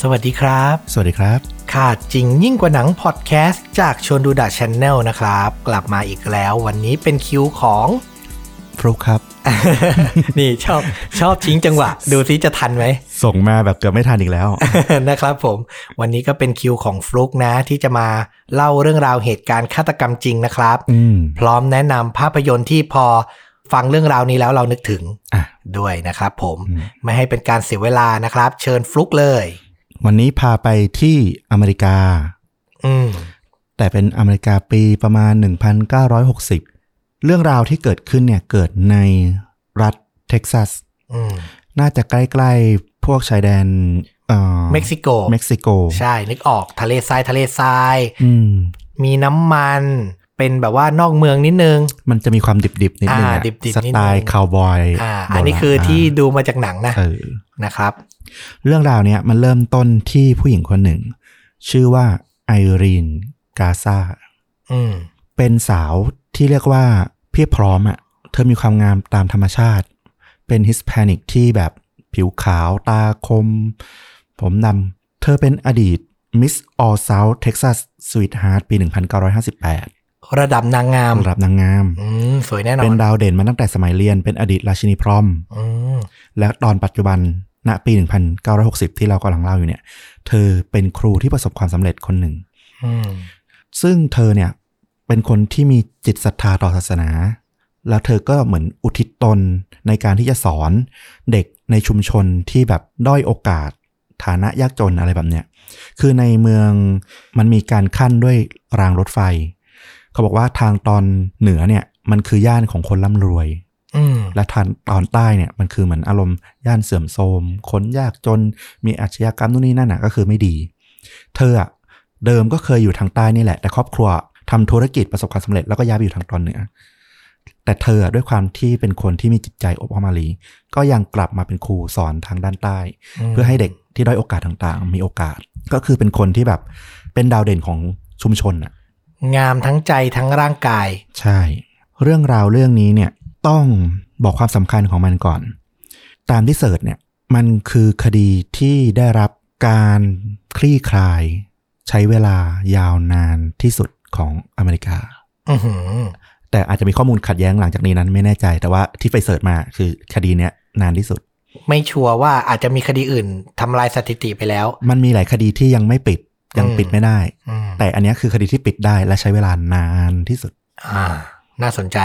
สวัสดีครับ สวัสดีครับ ค่ะจริงยิ่งกว่าหนังพอดแคสต์จากชวนดูดะชแนลนะครับ กลับมาอีกแล้ววันนี้เป็นคิวของ ฟลุกครับ นี่ชอบชอบทิ้งจังหวะ ดูซิจะทันไหม ส่งมาแบบเกือบไม่ทันอีกแล้ว นะครับผม วันนี้ก็เป็นคิวของฟลุกนะ ที่จะมาเล่าเรื่องราวเหตุการณ์ฆาตกรรมจริงนะครับ อืม พร้อมแนะนำภาพยนตร์ที่พอฟังเรื่องราวนี้แล้วเรานึกถึง อ่ะ ด้วยนะครับผมไม่ให้เป็นการเสียเวลานะครับ เชิญฟลุกเลย วันนี้พาไปที่อเมริกา อืม แต่เป็นอเมริกาปีประมาณ 1960 เรื่องราวที่เกิดขึ้นเนี่ย เกิดในรัฐเท็กซัส อืม น่าจะใกล้ๆ พวกชายแดนเอ่อ เม็กซิโก เม็กซิโก ใช่นึกออกทะเลทรายทะเลทราย อืม มีน้ำมัน เป็นแบบว่านอกเมืองนิดนึง มันจะมีความดิบๆ นิดนึงอะ อ่าดิบๆ ส นิดนึง ไตล์คาวบอย อ่า อันนี้คือที่ดูมาจากหนังนะ เออ นะครับ เรื่องราวเนี่ยมันเริ่มต้นที่ผู้หญิงคนหนึ่ง ชื่อว่าไอรีนกาซา อืม เป็นสาวที่เรียกว่าเพียบพร้อมอะ่ะเธอมีความงามตามธรรมชาติ เป็นฮิสแพนิกที่แบบผิวขาวตาคม ผมดำเธอเป็นอดีตมิสออ l ซา u t เท็กซัสสวีทฮาร์ดปี 1958 ระดับนางงาม ระดับนางงาม อืม สวยแน่นอ เป็น น ดาวเด่นมาตั้งแต่สมัยเรียนเป็นอดีตราชินีพรอม อืม และตอนปัจจุบันณปี 1960 ที่เรากำลังเล่าอยู่เนี่ย เธอเป็นครูที่ประสบความสำเร็จคนหนึ่ง อืม ซึ่งเธอเนี่ยเป็นคนที่มีจิตศรัทธาต่อศาสนา แล้วเธอก็เหมือนอุทิศตนในการที่จะสอนเด็กในชุมชนที่แบบด้อยโอกาส ฐานะยากจนอะไรแบบเนี้ย คือในเมืองมันมีการขั้นด้วยรางรถไฟ เขาบอกว่าทางตอนเหนือเนี่ยมันคือย่านของคนร่ำรวย อืม และทางตอนใต้เนี่ยมันคือเหมือนอารมณ์ย่านเสื่อมโทรมคนยากจนมีอาชญากรรมนู่นนี่นั่นน่ะก็คือไม่ดี เธออะเดิมก็เคยอยู่ทางใต้นี่แหละ แต่ครอบครัวทำธุรกิจประสบความสำเร็จแล้วก็ย้ายไปอยู่ทางตอนเหนือ แต่เธออะด้วยความที่เป็นคนที่มีจิตใจอบอ้อมอารีก็ยังกลับมาเป็นครูสอนทางด้านใต้ อืม เพื่อให้เด็กที่ด้อยโอกาสต่างๆ มีโอกาสก็คือเป็นคนที่แบบเป็นดาวเด่นของชุมชนอ่ะ งามทั้งใจทั้งร่างกาย ใช่ เรื่องราวเรื่องนี้เนี่ยต้องบอกความสำคัญของมันก่อน ตามที่เสิร์ชเนี่ยมันคือคดีที่ได้รับการคลี่คลาย ใช้เวลายาวนานที่สุดของอเมริกา อือหือ แต่อาจจะมีข้อมูลขัดแย้งหลังจากนี้นั้นไม่แน่ใจ แต่ว่าที่ไปเสิร์ชมาคือคดีเนี้ยนานที่สุด ไม่ชัวร์ว่าอาจจะมีคดีอื่นทำลายสถิติไปแล้ว มันมีหลายคดีที่ยังไม่ปิดยังปิดไม่ได้ อืม แต่อันเนี้ยคือคดีที่ปิดได้และใช้เวลานานที่สุด อ่า น่าสนใจ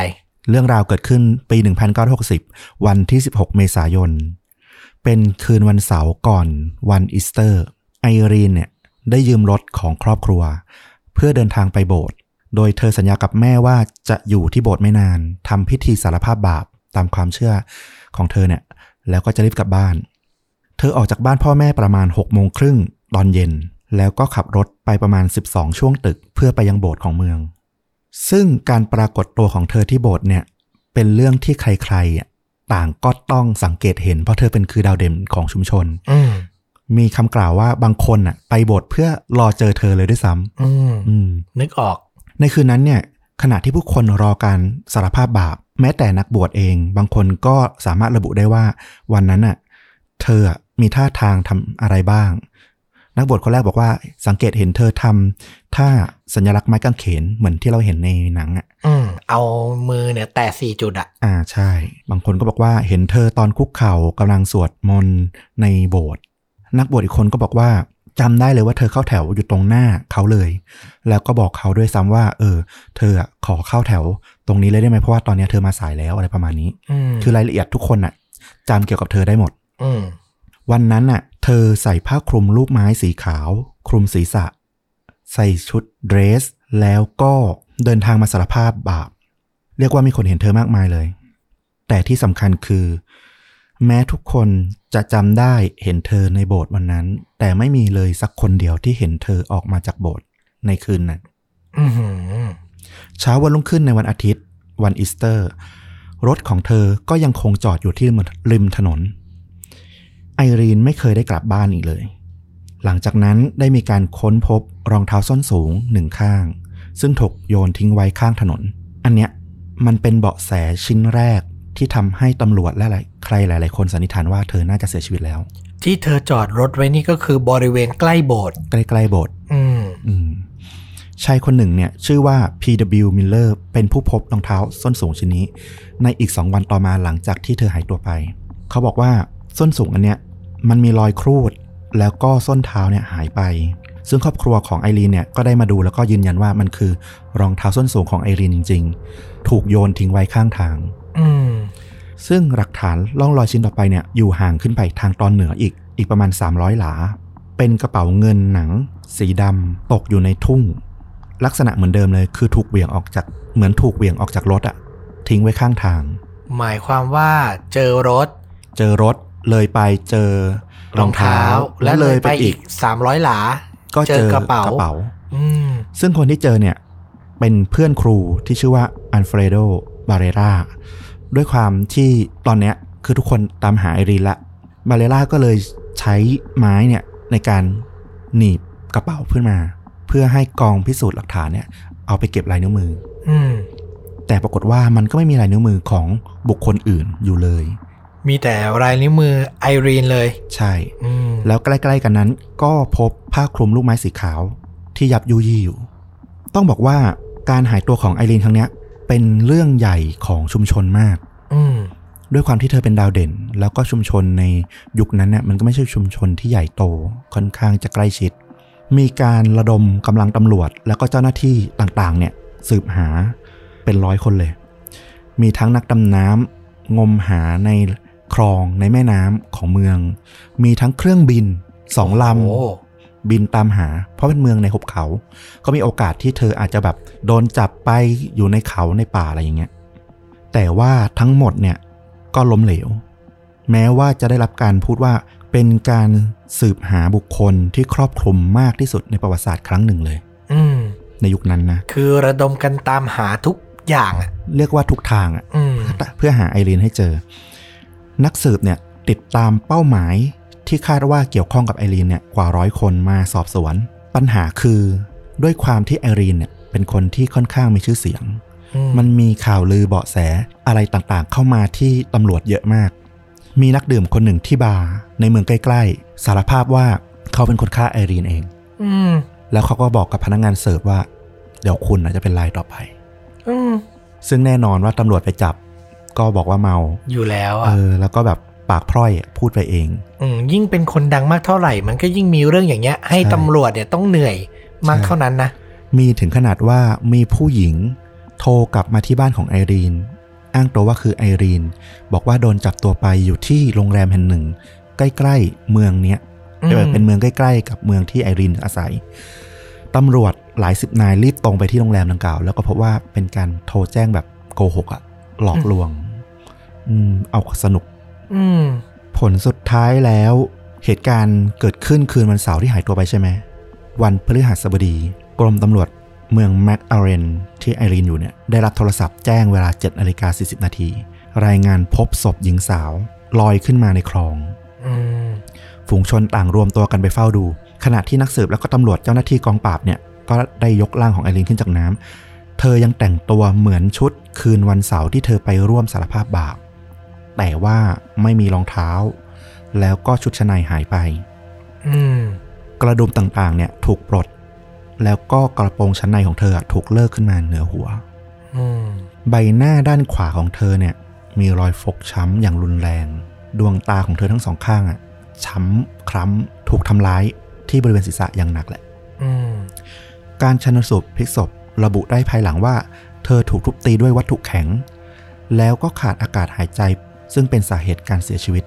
เรื่องราวเกิดขึ้นปี 1960 วันที่ 16 เมษายน เป็นคืนวันเสาร์ก่อนวันอีสเตอร์ ไอรีนเนี่ยได้ยืมรถของครอบครัว เพื่อเดินทางไปโบสถ์ โดยเธอสัญญากับแม่ว่าจะอยู่ที่โบสถ์ไม่นาน ทำพิธีสารภาพบาปตามความเชื่อของเธอเนี่ย แล้วก็จะรีบกลับบ้าน เธอออกจากบ้านพ่อแม่ประมาณ6โมงครึ่งตอนเย็น แล้วก็ขับรถไปประมาณ 12 ช่วงตึกเพื่อไปยังโบสถ์ของเมือง ซึ่งการปรากฏตัวของเธอที่โบสถ์เนี่ย เป็นเรื่องที่ใครๆอ่ะต่างก็ต้องสังเกตเห็นเพราะเธอเป็นคือดาวเด่นของชุมชน อืม มีคำกล่าวว่าบางคนอ่ะไปโบสถ์เพื่อรอเจอเธอเลยด้วยซ้ อืม ำอืม นึกออก ในคืนนั้นเนี่ยขณะที่ผู้คนรอการสารภาพบาป แม้แต่นักบวชเอง บางคนก็สามารถระบุได้ว่า วันนั้นน่ะเธออะมีท่าทางทำอะไรบ้าง นักบวชคนแรกบอกว่า สังเกตเห็นเธอทำท่าสัญลักษณ์ไม้กางเขนเหมือนที่เราเห็นในหนังอ่ะ อืม เอามือเนี่ยแตะสี่จุดอะ อ่าใช่ บางคนก็บอกว่าเห็นเธอตอนคุกเข่ากำลังสวดมนต์ในโบสถ์นักบวชอีกคนก็บอกว่าจำได้เลยว่าเธอเข้าแถวอยู่ตรงหน้าเขาเลย แล้วก็บอกเขาด้วยซ้ำว่า เออ เธออะขอเข้าแถวตรงนี้เลยได้ไหมเพราะว่าตอนเนี้ยเธอมาสายแล้วอะไรประมาณนี้ อืม คือรายละเอียดทุกคนน่ะจำเกี่ยวกับเธอได้หมด อืม วันนั้นน่ะ เธอใส่ผ้าคลุมรูปไม้สีขาว คลุมศีรษะ ใส่ชุดเดรส แล้วก็เดินทางมาสารภาพบาป เรียกว่ามีคนเห็นเธอมากมายเลย แต่ที่สำคัญคือ แม้ทุกคนจะจำได้เห็นเธอในโบสถ์วันนั้น แต่ไม่มีเลยสักคนเดียวที่เห็นเธอออกมาจากโบสถ์ในคืนนั้น อือหือ เช้าวันรุ่งขึ้นในวันอาทิตย์ วันอีสเตอร์ รถของเธอก็ยังคงจอดอยู่ที่ริมถนน ไอรีนไม่เคยได้กลับบ้านอีกเลย หลังจากนั้นได้มีการค้นพบรองเท้าส้นสูงหนึ่งข้าง ซึ่งถูกโยนทิ้งไว้ข้างถนน อันเนี้ยมันเป็นเบาะแสชิ้นแรกที่ทำให้ตำรวจและหลายใครหลาย ๆ คนสันนิษฐานว่าเธอน่าจะเสียชีวิตแล้ว จ ที่เธอจอดรถไว้นี่ก็คือบริเวณใกล้โบสถ์ ใกล้ๆโบสถ์ อืม อืมชายคนหนึ่งเนี่ยชื่อว่า P.W. Miller เป็นผู้พบรองเท้าส้นสูงชิ้นนี้ ในอีกสองวันต่อมาหลังจากที่เธอหายตัวไป เขาบอกว่าส้นสูงอันเนี้ยมันมีรอยครูด แล้วก็ส้นเท้าเนี่ยหายไป ซึ่งครอบครัวของไอรีนเนี่ยก็ได้มาดูแล้วก็ยืนยันว่ามันคือรองเท้าส้นสูงของไอรีนจริง ๆ ถูกโยนทิ้งไว้ข้างทาง อืม ซึ่งหลักฐานล่องรอยชิ้นต่อไปเนี่ยอยู่ห่างขึ้นไปทางตอนเหนืออีกอีกประมาณ 300 หลา เป็นกระเป๋าเงินหนัง สีดำตกอยู่ในทุ่ง ลักษณะเหมือนเดิมเลยคือถูกเหวี่ยงออกจากเหมือนถูกเหวี่ยงออกจากรถอะทิ้งไว้ข้างทาง หมายความว่าเจอรถ เจอรถเลยไปเจอรองเท้า และ ว เลยไปอีกสามร้อยหลา ก็เจอเจอกก ระ ระเป๋า เป๋า อืม ซึ่งคนที่เจอเนี่ยเป็นเพื่อนครูที่ชื่อว่าอันเฟรโดบาเรราด้วยความที่ตอนเนี้ยคือทุกคนตามหาไอรีนละบาเรราก็เลยใช้ไม้เนี่ยในการหนีบกระเป๋าขึ้นมา เพื่อให้กองพิสูจน์หลักฐานเนี่ยเอาไปเก็บลายนิ้วมือ อืม แต่ปรากฏว่ามันก็ไม่มีลายนิ้วมือของบุคคลอื่นอยู่เลย มีแต่รายนิ้วมือไอรีนเลย ใช่ อืม แล้วใกล้ๆกันนั้นก็พบผ้าคลุมลูกไม้สีขาวที่ยับยุยี่อยู่ ต้องบอกว่าการหายตัวของไอรีนครั้งเนี้ยเป็นเรื่องใหญ่ของชุมชนมาก อืม ด้วยความที่เธอเป็นดาวเด่น แล้วก็ชุมชนในยุคนั้นเนี่ยมันก็ไม่ใช่ชุมชนที่ใหญ่โตค่อนข้างจะใกล้ชิด มีการระดมกำลังตำรวจ แล้วก็เจ้าหน้าที่ต่างๆ เนี่ยสืบหาเป็นร้อยคนเลย มีทั้งนักดำน้ำงมหาในคลองในแม่น้ำของเมือง มีทั้งเครื่องบินสองล โอ้ ำ บินตามหา เพราะเป็นเมืองในหุบเขา ก็มีโอกาสที่เธออาจจะแบบโดนจับไปอยู่ในเขาในป่าอะไรอย่างเงี้ย แต่ว่าทั้งหมดเนี่ยก็ล้มเหลว แม้ว่าจะได้รับการพูดว่าเป็นการสืบหาบุคคลที่ครอบคลุมมากที่สุดในประวัติศาสตร์ครั้งหนึ่งเลย อืม ในยุคนั้นนะ คือระดมกันตามหาทุกอย่างอ่ะ เรียกว่าทุกทางอะ อืม เพื่อหาไอรีนให้เจอ นักสืบเนี่ยติดตามเป้าหมายที่คาดว่าเกี่ยวข้องกับไอรีนเนี่ยกว่าร้อยคนมาสอบสวน ปัญหาคือด้วยความที่ไอรีนเนี่ยเป็นคนที่ค่อนข้างมีชื่อเสียง อื มันมีข่าวลือเบาะแสอะไรต่างๆ เข้ามาที่ตำรวจเยอะมาก มีนักดื่มคนหนึ่งที่บาร์ในเมืองใกล้ๆ สารภาพว่าเขาเป็นคนฆ่าไอรีนเอง อืม แล้วเขาก็บอกกับพนักงานเสิร์ฟว่า เดี๋ยวคุณอาจจะเป็นรายต่อไป อืม ซึ่งแน่นอนว่าตำรวจไปจับ ก็บอกว่าเมา อยู่แล้ว เอ อ่ะ อแล้วก็แบบปากพร่อยอะพูดไปเอง อืม ยิ่งเป็นคนดังมากเท่าไหร่ มันก็ยิ่งมีเรื่องอย่างเงี้ย ให้ ใช่ ตำรวจเนี่ยต้องเหนื่อยมากเท่านั้นนะ มีถึงขนาดว่ามีผู้หญิงโทรกลับมาที่บ้านของไอรีน อ้างตัวว่าคือไอรีน บอกว่าโดนจับตัวไปอยู่ที่โรงแรมแห่งหนึ่ง ใกล้ๆเมืองเนี้ย อืม เออเป็นเมืองใกล้ๆกับเมืองที่ไอรีนอาศัยตำรวจหลายสิบนายรีบตรงไปที่โรงแรมดังกล่าว แล้วก็พบว่าเป็นการโทรแจ้งแบบโกหกอะหลอกลวง อืมเอาสนุก อืม ผลสุดท้ายแล้วเหตุการณ์เกิดขึ้นคืนวันเสาร์ที่หายตัวไปใช่ไหม วันพฤหัสบดี กรมตำรวจเมืองแมตอาเรนที่ไอรีนอยู่เนี่ย ได้รับโทรศัพท์แจ้งเวลา7นาฬิกา40 นาที รายงานพบศพหญิงสาว ลอยขึ้นมาในคลอง อืม ฝูงชนต่างรวมตัวกันไปเฝ้าดู ขณะที่นักสืบแล้วก็ตำรวจเจ้าหน้าที่กองปราบเนี่ยก็ได้ยกร่างของไอรีนขึ้นจากน้ำเธอยังแต่งตัวเหมือนชุดคืนวันเสาร์ที่เธอไปร่วมสารภาพบาปแต่ว่าไม่มีรองเท้า แล้วก็ชุดชั้นในหายไป อืม กระดุมต่างๆเนี่ยถูกปลด แล้วก็กระโปรงชั้นในของเธอถูกเลิกขึ้นมาเหนือหัว อืม ใบหน้าด้านขวาของเธอเนี่ยมีรอยฟกช้ำอย่างรุนแรง ดวงตาของเธอทั้งสองข้างอะช้ำคล้ำถูกทำร้ายที่บริเวณศีรษะอย่างหนักแหละ อืม การชันสูตรพลิกศพระบุได้ภายหลังว่า เธอถูกทุบตีด้วยวัตถุแข็ง แล้วก็ขาดอากาศหายใจ ซึ่งเป็นสาเหตุการเสียชีวิต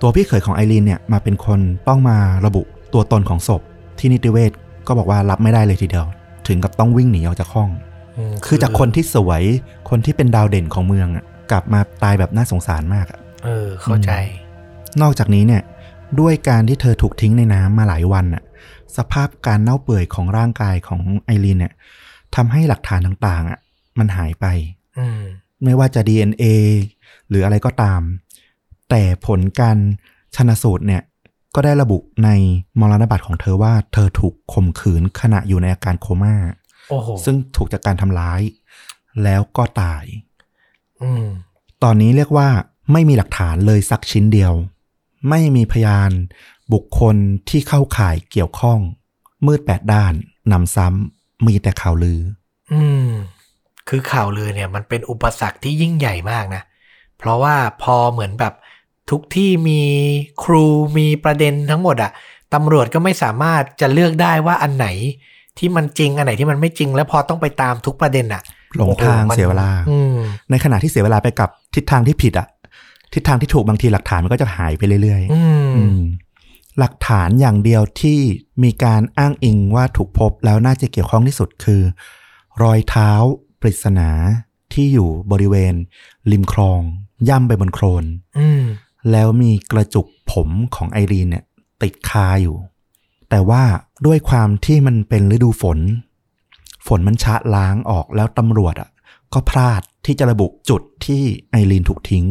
ตัวพี่เขยของไอรีนเนี่ยมาเป็นคนต้องมาระบุตัวตนของศพ ที่นิติเวศก็บอกว่ารับไม่ได้เลยทีเดียว ถึงกับต้องวิ่งหนีออกจากห้อง คือจากคนที่สวย คนที่เป็นดาวเด่นของเมืองอะกลับมาตายแบบน่าสงสารมากอะ เออ เข้าใจ นอกจากนี้เนี่ยด้วยการที่เธอถูกทิ้งในน้ำมาหลายวันน่ะสภาพการเน่าเปื่อยของร่างกายของไอรีนเนี่ยทำให้หลักฐานต่างๆอ่ะมันหายไป อืม ไม่ว่าจะ DNA หรืออะไรก็ตาม แต่ผลการชนสูตรเนี่ยก็ได้ระบุในมรณบัตรของเธอว่าเธอถูกข่มขืนขณะอยู่ในอาการโคม่า โอ้โห ซึ่งถูกจากการทำร้าย แล้วก็ตาย อืม ตอนนี้เรียกว่าไม่มีหลักฐานเลยสักชิ้นเดียว ไม่มีพยานบุคคลที่เข้าข่ายเกี่ยวข้อง มืดแปดด้านนำซ้ำมีแต่ข่าวลือ อืม คือข่าวลือเนี่ยมันเป็นอุปสรรคที่ยิ่งใหญ่มากนะ เพราะว่าพอเหมือนแบบทุกที่มีครูมีประเด็นทั้งหมดอะตำรวจก็ไม่สามารถจะเลือกได้ว่าอันไหนที่มันจริงอันไหนที่มันไม่จริง แล้วพอต้องไปตามทุกประเด็นอะ หลงทาง โอ้โมัน เสียเวลา อืม ในขณะที่เสียเวลาไปกับทิศทางที่ผิดอะทิศทางที่ถูกบางทีหลักฐานมันก็จะหายไปเรื่อยๆ อืม อืมหลักฐานอย่างเดียวที่มีการอ้างอิงว่าถูกพบแล้วน่าจะเกี่ยวข้องที่สุดคือ รอยเท้าปริศนาที่อยู่บริเวณ ริมคลอง ย่ำไปบนโคลน อืม แล้วมีกระจุกผมของไอรีนเนี่ย ติดคาอยู่ แต่ว่าด้วยความที่มันเป็นฤดูฝน ฝนมันชะล้างออกแล้วตำรวจอ่ะ ก็พลาดที่จะระบุจุดที่ไอรีนถูกทิ้ง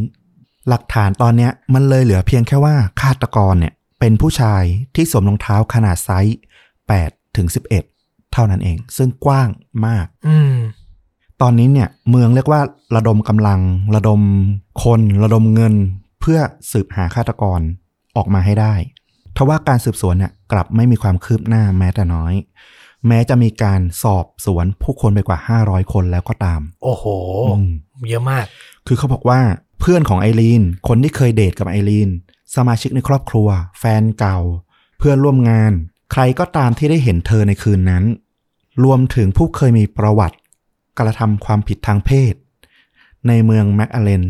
หลักฐานตอนเนี้ยมันเลยเหลือเพียงแค่ว่าฆาตกรเนี่ย เป็นผู้ชายที่สวมรองเท้าขนาดไซส์8ถึง11 เท่านั้นเอง ซึ่งกว้างมาก อืม ตอนนี้เนี่ยเมืองเรียกว่าระดมกำลัง ระดมคน ระดมเงิน เพื่อสืบหาฆาตกรออกมาให้ได้ทว่าการสืบสวนเนี่ยกลับไม่มีความคืบหน้าแม้แต่น้อย แม้จะมีการสอบสวนผู้คนไปกว่า 500 คนแล้วก็ตาม โอ้โห อืม เยอะมาก คือเขาบอกว่าเพื่อนของไอรีน คนที่เคยเดทกับไอรีน สมาชิกในครอบครัว แฟนเก่า เพื่อนร่วมงาน ใครก็ตามที่ได้เห็นเธอในคืนนั้น รวมถึงผู้เคยมีประวัติ กระทำความผิดทางเพศ ในเมืองแมกอาเลน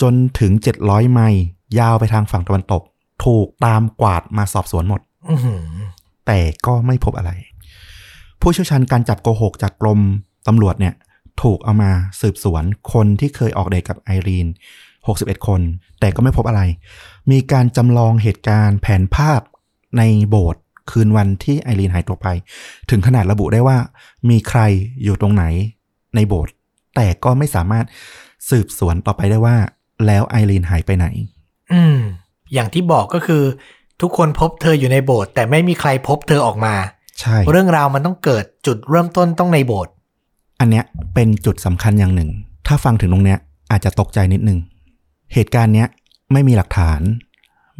จนถึง 700 ไมล์ยาวไปทางฝั่งตะวันตก ถูกตามกวาดมาสอบสวนหมด อือหือ แต่ก็ไม่พบอะไร ผู้เชี่ยวชาญการจับโกหกจากกรมตำรวจเนี่ย ถูกเอามาสืบสวนคนที่เคยออกเดทกับไอรีน 61 คน แต่ก็ไม่พบอะไร มีการจำลองเหตุการณ์แผนภาพในโบสถ์คืนวันที่ไอรีนหายตัวไป ถึงขนาดระบุได้ว่า มีใครอยู่ตรงไหนในโบสถ์แต่ก็ไม่สามารถสืบสวนต่อไปได้ว่า แล้วไอรีนหายไปไหน อืม อย่างที่บอกก็คือ ทุกคนพบเธออยู่ในโบสถ์แต่ไม่มีใครพบเธอออกมา ใช่ เรื่องราวมันต้องเกิดจุดเริ่มต้นต้องในโบสถ์ อันเนี้ยเป็นจุดสำคัญอย่างหนึ่ง ถ้าฟังถึงตรงเนี้ยอาจจะตกใจนิดนึง เหตุการณ์เนี้ยไม่มีหลักฐาน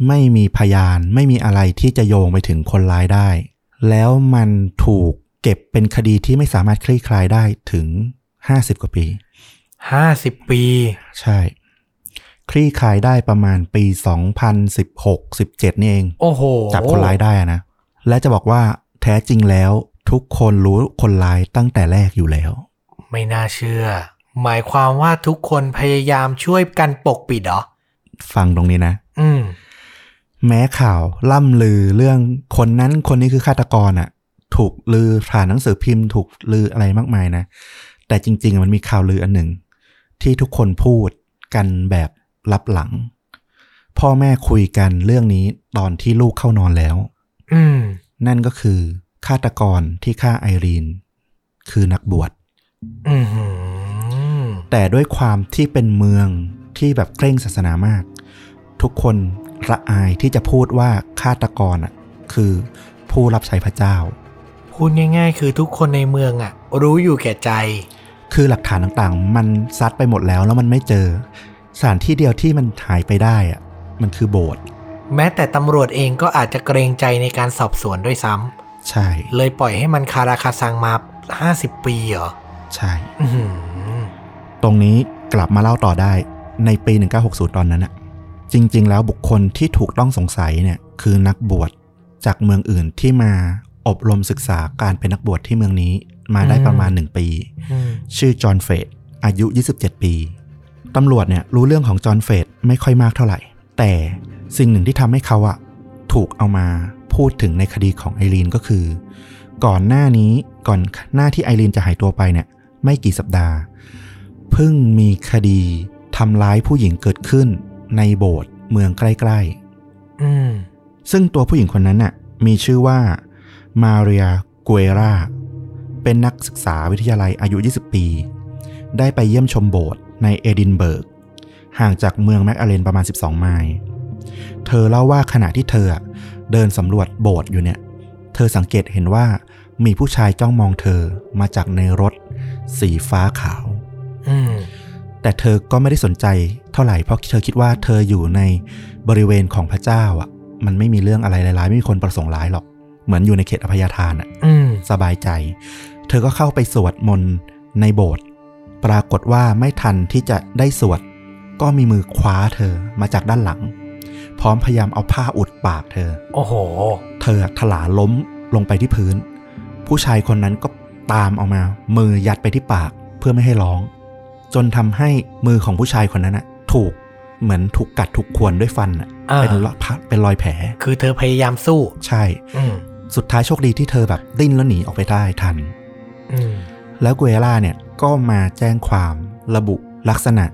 ไม่มีพยาน ไม่มีอะไรที่จะโยงไปถึงคนร้ายได้ แล้วมันถูกเก็บเป็นคดีที่ไม่สามารถคลี่คลายได้ถึง 50 กว่าปี ห้าสิบปี ใช่ คลี่คลายได้ประมาณปี 2016 17 นี่เอง โอ้โห จับคนร้ายได้อะนะ และจะบอกว่าแท้จริงแล้วทุกคนรู้คนร้ายตั้งแต่แรกอยู่แล้ว ไม่น่าเชื่อ หมายความว่าทุกคนพยายามช่วยกันปกปิดเหรอ ฟังตรงนี้นะ อืม แม้ข่าวล่ำลือเรื่องคนนั้นคนนี้คือฆาตกรอ่ะ ถูกลือผ่านหนังสือพิมพ์ถูกลืออะไรมากมายนะ แต่จริงๆอะมันมีข่าวลืออันหนึ่ง ที่ทุกคนพูดกันแบบลับหลัง พ่อแม่คุยกันเรื่องนี้ตอนที่ลูกเข้านอนแล้ว อืม นั่นก็คือฆาตกรที่ฆ่าไอรีน คือนักบวช อือหือ แต่ด้วยความที่เป็นเมืองที่แบบเคร่งศาสนามาก ทุกคนระอายที่จะพูดว่าฆาตกรอ่ะคือผู้รับใช้พระเจ้า พูดง่าย ๆ คือทุกคนในเมืองอะรู้อยู่แก่ใจ คือหลักฐานต่างๆ มันซัดไปหมดแล้วแล้วมันไม่เจอ สถานที่เดียวที่มันหายไปได้อ่ะมันคือโบสถ์ แม้แต่ตำรวจเองก็อาจจะเกรงใจในการสอบสวนด้วยซ้ ใช่ ำเลยปล่อยให้มันคาราคาซังมา 50 ปีเหรอ ใช่ อือหือ ตรงนี้กลับมาเล่าต่อได้ในปี 1960 ตอนนั้นอะจริง ๆ แล้วบุคคลที่ถูกต้องสงสัยเนี่ยคือนักบวชจากเมืองอื่นที่มาอบรมศึกษาการเป็นนักบวชที่เมืองนี้มาได้ประมาณ 1 ปี อืม ชื่อจอห์นเฟรดอายุ 27 ปี ตำรวจเนี่ยรู้เรื่องของจอห์นเฟรดไม่ค่อยมากเท่าไหร่ แต่สิ่งหนึ่งที่ทำให้เขาอะถูกเอามาพูดถึงในคดีของไอรีนก็คือ ก่อนหน้านี้ก่อนหน้าที่ไอรีนจะหายตัวไปเนี่ยไม่กี่สัปดาห์ เพิ่งมีคดีทำร้ายผู้หญิงเกิดขึ้นในโบสถ์เมืองใกล้ๆ อืม ซึ่งตัวผู้หญิงคนนั้นน่ะมีชื่อว่ามาเรียก u เอรา เป็นนักศึกษาวิทยาลัยอายุ 20 ปี ได้ไปเยี่ยมชมโบสถ์ในเอดินเบิร์ก ห่างจากเมืองแมกอาเลนประมาณ 12 ไมล์ เธอเล่าว่าขณะที่เธออะเดินสำรวจโบสถ์อยู่เนี่ย เธอสังเกตเห็นว่ามีผู้ชายจ้องมองเธอมาจากในรถสีฟ้าขาว อืม แต่เธอก็ไม่ได้สนใจเท่าไหร่เพราะเธอคิดว่าเธออยู่ในบริเวณของพระเจ้าอ่ะ มันไม่มีเรื่องอะไรร้ายๆไม่มีคนประสงค์ร้ายหรอก เหมือนอยู่ในเขตอภัยทานอ่ะ อืม สบายใจ เธอก็เข้าไปสวดมนต์ในโบสถ์ ปรากฏว่าไม่ทันที่จะได้สวด ก็มีมือคว้าเธอมาจากด้านหลัง พร้อมพยายามเอาผ้าอุดปากเธอ โอ้โห เธอถลาล้มลงไปที่พื้น ผู้ชายคนนั้นก็ตามเออกมา มือยัดไปที่ปากเพื่อไม่ให้ร้อง จนทำให้มือของผู้ชายคนนั้นนะถูกเหมือนถูกกัดถูกควนด้วยฟันน่ะ อ่า เป็นรอยเป็นรอยแผล คือเธอพยายามสู้ ใช่ อืม สุดท้ายโชคดีที่เธอแบบดิ้นแล้วหนีออกไปได้ทัน อืม แล้วเกเวล่าเนี่ยก็มาแจ้งความระบุลักษณะ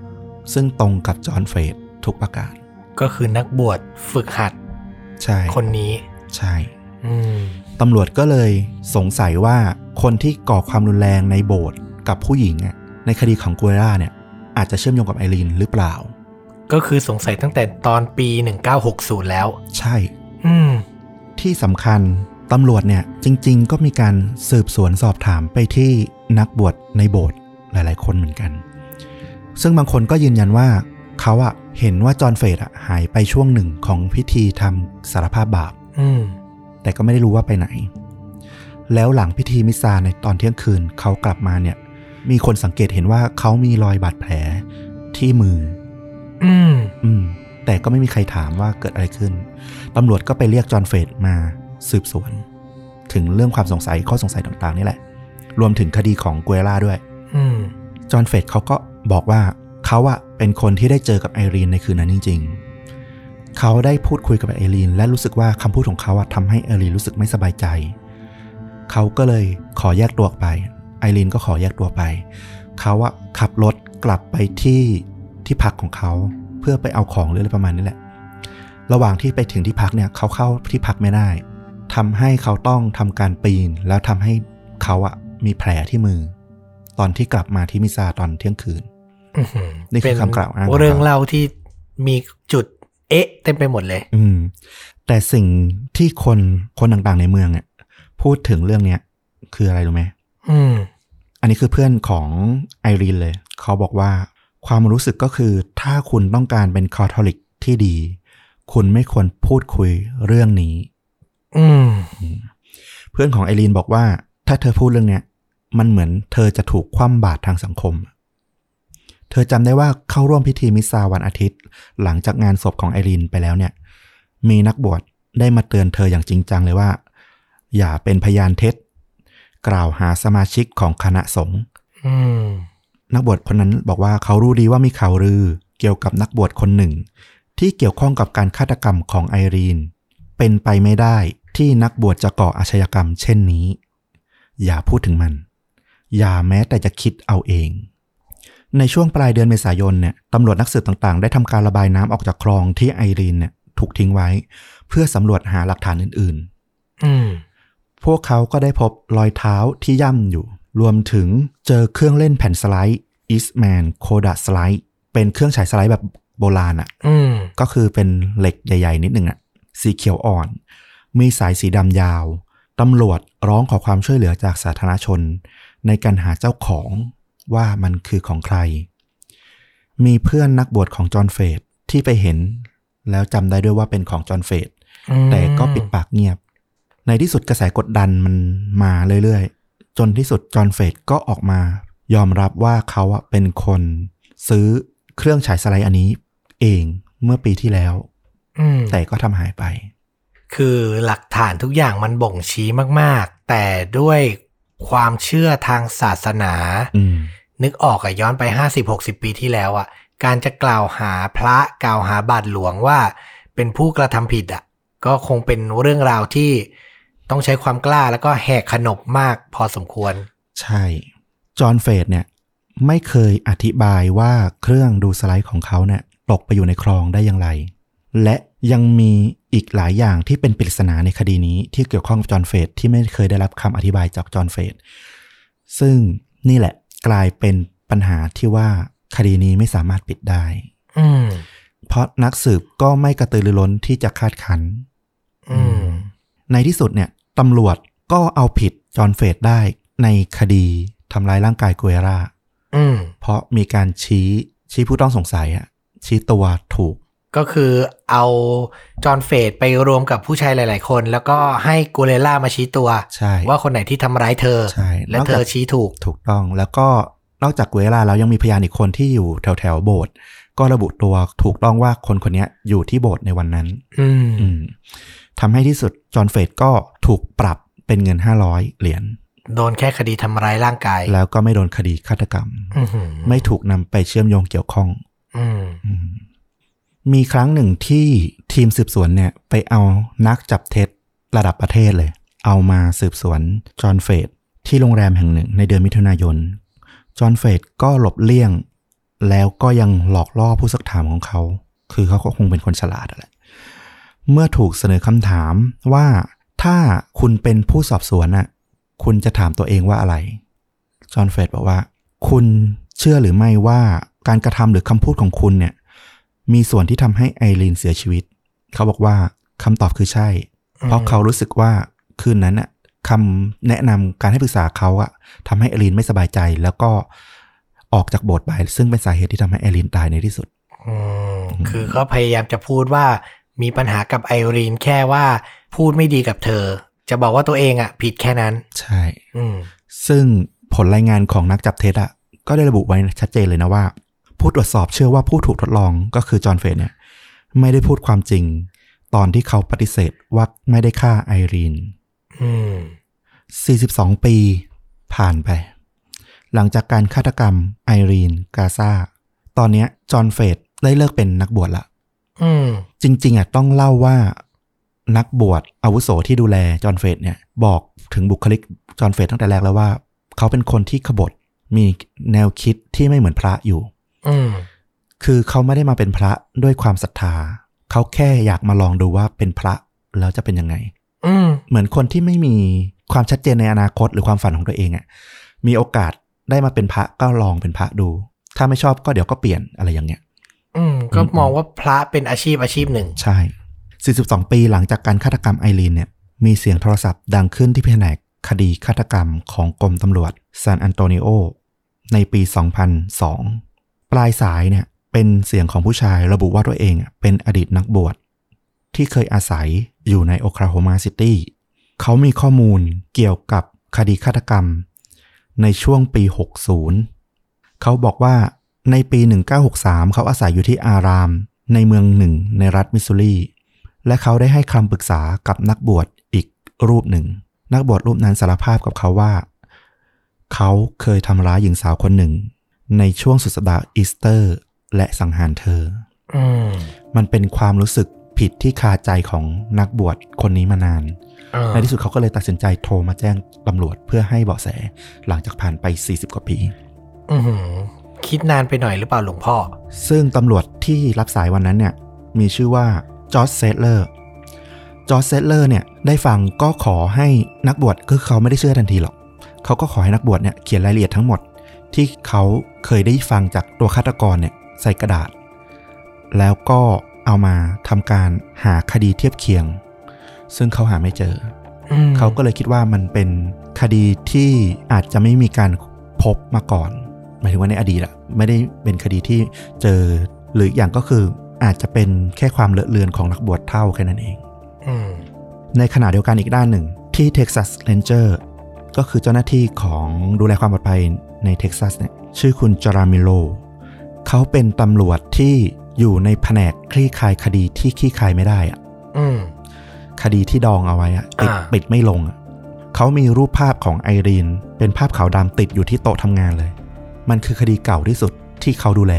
ซึ่งตรงกับจอห์นเฟรดทุกประการ ก็คือนักบวชฝึกหัด ใช่ คนนี้ ใช่ อืม ตำรวจก็เลยสงสัยว่าคนที่ก่อความรุนแรงในโบสถ์กับผู้หญิงอะในคดีของเกเวล่าเนี่ยอาจจะเชื่อมโยงกับไอรีนหรือเปล่า ก็คือสงสัยตั้งแต่ตอนปี 1960 แล้ว ใช่ อืม ที่สำคัญตำรวจเนี่ยจริง ๆ ก็มีการสืบสวนสอบถามไปที่นักบวชในโบสถ์หลาย ๆ คนเหมือนกัน ซึ่งบางคนก็ยืนยันว่าเขาอะเห็นว่าจอห์นเฟรดอะหายไปช่วงหนึ่งของพิธีทำสารภาพบาป อืม แต่ก็ไม่ได้รู้ว่าไปไหน แล้วหลังพิธีมิสซาในตอนเที่ยงคืนเขากลับมาเนี่ย มีคนสังเกตเห็นว่าเขามีรอยบาดแผลที่มือ อืม อืม แต่ก็ไม่มีใครถามว่าเกิดอะไรขึ้น ตำรวจก็ไปเรียกจอห์นเฟรดมาสืบสวน ถึงเรื่องความสงสัยข้อสงสัยต่างๆนี่แหละ รวมถึงคดีของเกเวล่าด้วย อืม จอห์นเฟรดเขาก็บอกว่าเขาอะเป็นคนที่ได้เจอกับไอรีนในคืนนั้นจริง ๆ เขาได้พูดคุยกับไอรีน และรู้สึกว่าคำพูดของเขาอะทำให้ไอรีนรู้สึกไม่สบายใจ เขาก็เลยขอแยกตัวออกไป ไอรีนก็ขอแยกตัวไป เขาอะขับรถกลับไปที่ที่พักของเขาเพื่อไปเอาของหรืออะไรประมาณนี้แหละ ระหว่างที่ไปถึงที่พักเนี่ยเขาเข้าที่พักไม่ได้ทำให้เขาต้องทำการปีน แล้วทำให้เขาอะมีแผลที่มือ ตอนที่กลับมาที่มิซาตอนเที่ยงคืน อื้อหือ นี่คือคำกล่าวอ้างของเขา เป็นเรื่องเล่าที่มีจุดเอ๊ะ เต็มไปหมดเลย อืม แต่สิ่งที่คนคนต่างๆในเมืองอะพูดถึงเรื่องเนี้ยคืออะไรรู้ไหม อืม อันนี้คือเพื่อนของไอรีนเลย เขาบอกว่าความรู้สึกก็คือถ้าคุณต้องการเป็นคาทอลิกที่ดี คุณไม่ควรพูดคุยเรื่องนี้ อืม เพื่อนของไอรีนบอกว่าถ้าเธอพูดเรื่องเนี้ยมันเหมือนเธอจะถูกคว่ำบาตรทางสังคม เธอจำได้ว่าเข้าร่วมพิธีมิสซาวันอาทิตย์ หลังจากงานศพของไอรีนไปแล้วเนี่ย มีนักบวชได้มาเตือนเธออย่างจริงจังเลยว่า อย่าเป็นพยานเท็จ กล่าวหาสมาชิกของคณะสงฆ์ อืม นักบวชคนนั้นบอกว่าเขารู้ดีว่ามีข่าวลือเกี่ยวกับนักบวชคนหนึ่ง ที่เกี่ยวข้องกับการฆาตกรรมของไอรีน เป็นไปไม่ได้ที่นักบวชจะก่ออาชญากรรมเช่นนี้ อย่าพูดถึงมัน อย่าแม้แต่จะคิดเอาเอง ในช่วงปลายเดือนเมษายนเนี่ยตำรวจนักสืบต่างๆ ได้ทำการระบายน้ำออกจากคลองที่ไอรีนเนี่ยถูกทิ้งไว้ เพื่อสำรวจหาหลักฐานอื่นๆ อืม พวกเขาก็ได้พบรอยเท้าที่ย่ำอยู่ รวมถึงเจอเครื่องเล่นแผ่นสไลด์ Eastman Kodak Slide เป็นเครื่องฉายสไลด์แบบโบราณอะ่ะ อืม ก็คือเป็นเหล็กใหญ่ ๆ นิดหนึ่งอะ่ะ สีเขียวอ่อน มีสายสีดำยาว ตำรวจร้องขอความช่วยเหลือจากสาธารณชน ในการหาเจ้าของว่ามันคือของใคร มีเพื่อนนักบวชของจอห์นเฟรดที่ไปเห็น แล้วจำได้ด้วยว่าเป็นของจอห์นเฟรด อืม แต่ก็ปิดปากเงียบ ในที่สุดกระแสกดดันมันมาเรื่อยๆ จนที่สุดจอห์นเฟรดก็ออกมา ยอมรับว่าเขาอะเป็นคนซื้อเครื่องฉายสไลด์อันนี้เองเมื่อปีที่แล้ว อืม แต่ก็ทำหายไป คือหลักฐานทุกอย่างมันบ่งชี้มาก ๆ แต่ด้วยความเชื่อทางศาสนา อืม นึกออกอะย้อนไป 50-60 ปีที่แล้วอะการจะกล่าวหาพระกล่าวหาบาทหลวงว่า เป็นผู้กระทำผิดอะก็คงเป็นเรื่องราวที่ต้องใช้ความกล้าแล้วก็แหกขนบมากพอสมควร ใช่ จอห์นเฟรดเนี่ยไม่เคยอธิบายว่าเครื่องดูสไลด์ของเขาเนี่ยตกไปอยู่ในคลองได้อย่างไร และยังมีอีกหลายอย่างที่เป็นปริศนาในคดีนี้ที่เกี่ยวข้องกับจอห์นเฟรดที่ไม่เคยได้รับคำอธิบายจากจอห์นเฟรดซึ่งนี่แหละกลายเป็นปัญหาที่ว่าคดีนี้ไม่สามารถปิดได้ อืม เพราะนักสืบก็ไม่กระตือรือร้นที่จะคาดคัน อืม ในที่สุดเนี่ยตำรวจก็เอาผิดจอห์นเฟรดได้ในคดีทำร้ายร่างกายกุเอรา อืม เพราะมีการชี้ ชี้ผู้ต้องสงสัยอะชี้ตัวถูก ก็คือเอาจอห์นเฟดไปรวมกับผู้ชายหลาย ๆ คน แล้วก็ให้กูเลล่ามาชี้ตัว ใช่ ว่าคนไหนที่ทำร้ายเธอ ใช่ และ นอก เธ จาก อชี้ถูก ถูกต้องแล้วก็นอกจากเวลาแล้วยังมีพยานอีกคนที่อยู่แถวแถวๆโบสถ์ก็ระบุตัวถูกต้องว่าคนคนเนี้ยอยู่ที่โบสถ์ในวันนั้น อืม อืมทำให้ที่สุดจอห์นเฟดก็ถูกปรับเป็นเงิน 500 เหรียญ โดนแค่คดีทำร้ายร่างกาย แล้วก็ไม่โดนคดีฆาตกรรม อื้อหือ ไม่ถูกนำไปเชื่อมโยงเกี่ยวข้อง อืม อืมมีครั้งหนึ่งที่ทีมสืบสวนเนี่ย ไปเอานักจับเท็จระดับประเทศเลย เอามาสืบสวนจอห์นเฟดที่โรงแรมแห่งหนึ่งในเดือนมิถุนายน จอห์นเฟดก็หลบเลี่ยง แล้วก็ยังหลอกล่อผู้สักถามของเขา คือเขาก็คงเป็นคนฉลาดอะแหละ เมื่อถูกเสนอคำถามว่าถ้าคุณเป็นผู้สอบสวนน่ะคุณจะถามตัวเองว่าอะไร จอห์นเฟรดบอกว่า คุณเชื่อหรือไม่ว่าการกระทำหรือคำพูดของคุณเนี่ย มีส่วนที่ทำให้ไอรีนเสียชีวิต เขาบอกว่าคำตอบคือใช่ อืม เพราะเขารู้สึกว่าคืนนั้นน่ะคำแนะนำการให้ปรึกษาเขาอะทำให้ไอรีนไม่สบายใจ แล้วก็ออกจากโบสถ์ไปซึ่งเป็นสาเหตุที่ทำให้ไอรีนตายในที่สุด อืมคือก็พยายามจะพูดว่ามีปัญหากับไอรีนแค่ว่าพูดไม่ดีกับเธอ จะบอกว่าตัวเองอ่ะ ผิดแค่นั้น ใช่ อืม ซึ่งผลรายงานของนักจับเท็จอะก็ได้ระบุไว้ชัดเจนเลยนะว่า ผู้ตรวจสอบเชื่อว่าผู้ถูกทดลองก็คือจอห์นเฟดเนี่ยไม่ได้พูดความจริง ตอนที่เขาปฏิเสธว่าไม่ได้ฆ่าไอรีน อืม 42 ปีผ่านไป หลังจากการฆาตกรรมไอรีนกาซาตอนเนี้ยจอห์นเฟดได้เลิกเป็นนักบวชละ อืม จริงๆอ่ะต้องเล่าว่านักบวชอาวุโสที่ดูแลจอห์นเฟดเนี่ย บอกถึงบุคลิกจอห์นเฟดตั้งแต่แรกแล้วว่า เขาเป็นคนที่ขบฏมีแนวคิดที่ไม่เหมือนพระอยู่ อืม คือเขาไม่ได้มาเป็นพระด้วยความศรัทธา เขาแค่อยากมาลองดูว่าเป็นพระแล้วจะเป็นยังไง อืม เหมือนคนที่ไม่มีความชัดเจนในอนาคตหรือความฝันของตัวเองอะ่ะมีโอกาสได้มาเป็นพระก็ลองเป็นพระดู ถ้าไม่ชอบก็เดี๋ยวก็เปลี่ยนอะไรอย่างเงี้ย อืม ก็มองว่าพระเป็นอาชีพอาชีพหนึ่ง ใช่ 42 ปีหลังจากการฆาตกรรมไอรีนเนี่ย มีเสียงโทรศัพท์ดังขึ้นที่แผนกคดีฆาตกรรมของกรมตำรวจซานอันโตนิโอในปี 2002 ปลายสายเนี่ยเป็นเสียงของผู้ชายระบุว่าตัวเองเป็นอดีตนักบวชที่เคยอาศัยอยู่ในโอคลาโฮมาซิตี้ เขามีข้อมูลเกี่ยวกับคดีฆาตกรรม ในช่วงปี 60 เขาบอกว่าในปี 1963 เขาอาศัยอยู่ที่อาราม ในเมืองหนึ่งในรัฐมิสซูรี และเขาได้ให้คำปรึกษากับนักบวชอีกรูปหนึ่ง นักบวชรูปนั้นสารภาพกับเขาว่า เขาเคยทำร้ายหญิงสาวคนหนึ่ง ในช่วงสุดสัปดาห์อีสเตอร์ และสังหารเธอ อืม มันเป็นความรู้สึกผิดที่คาใจของนักบวชคนนี้มานาน เออ ในที่สุดเขาก็เลยตัดสินใจโทรมาแจ้งตำรวจเพื่อให้เบาะแสหลังจากผ่านไป 40 กว่าปี อือหือ คิดนานไปหน่อยหรือเปล่าหลวงพ่อ ซึ่งตำรวจที่รับสายวันนั้นเนี่ยมีชื่อว่าจอร์จเซตเลอร์จอร์จเซตเลอร์เนี่ยได้ฟังก็ขอให้นักบวชคือเขาไม่ได้เชื่อทันทีหรอก เขาก็ขอให้นักบวชเนี่ยเขียนรายละเอียดทั้งหมด ที่เขาเคยได้ฟังจากตัวฆาตกรเนี่ยใส่กระดาษ แล้วก็เอามาทำการหาคดีเทียบเคียง ซึ่งเขาหาไม่เจอ อืม เขาก็เลยคิดว่ามันเป็นคดีที่อาจจะไม่มีการพบมาก่อน หมายถึงว่าในอดีตอะไม่ได้เป็นคดีที่เจอ หรืออีกอย่างก็คืออาจจะเป็นแค่ความเลอะเลือนของนักบวชเท่าแค่นั้นเอง อืม ในขณะเดียวกันอีกด้านหนึ่งที่ Texas Ranger ก็คือเจ้าหน้าที่ของดูแลความปลอดภัยในเท็กซัสเนี่ยชื่อคุณจารามิโล เขาเป็นตำรวจที่อยู่ในแผนกคลี่คลายคดีที่คลี่คลายไม่ได้อะ อืม คดีที่ดองเอาไว้อะปิด อ่า ปิดไม่ลงอะเขามีรูปภาพของไอรีน เป็นภาพขาวดำติดอยู่ที่โต๊ะทำงานเลย มันคือคดีเก่าที่สุดที่เขาดูแล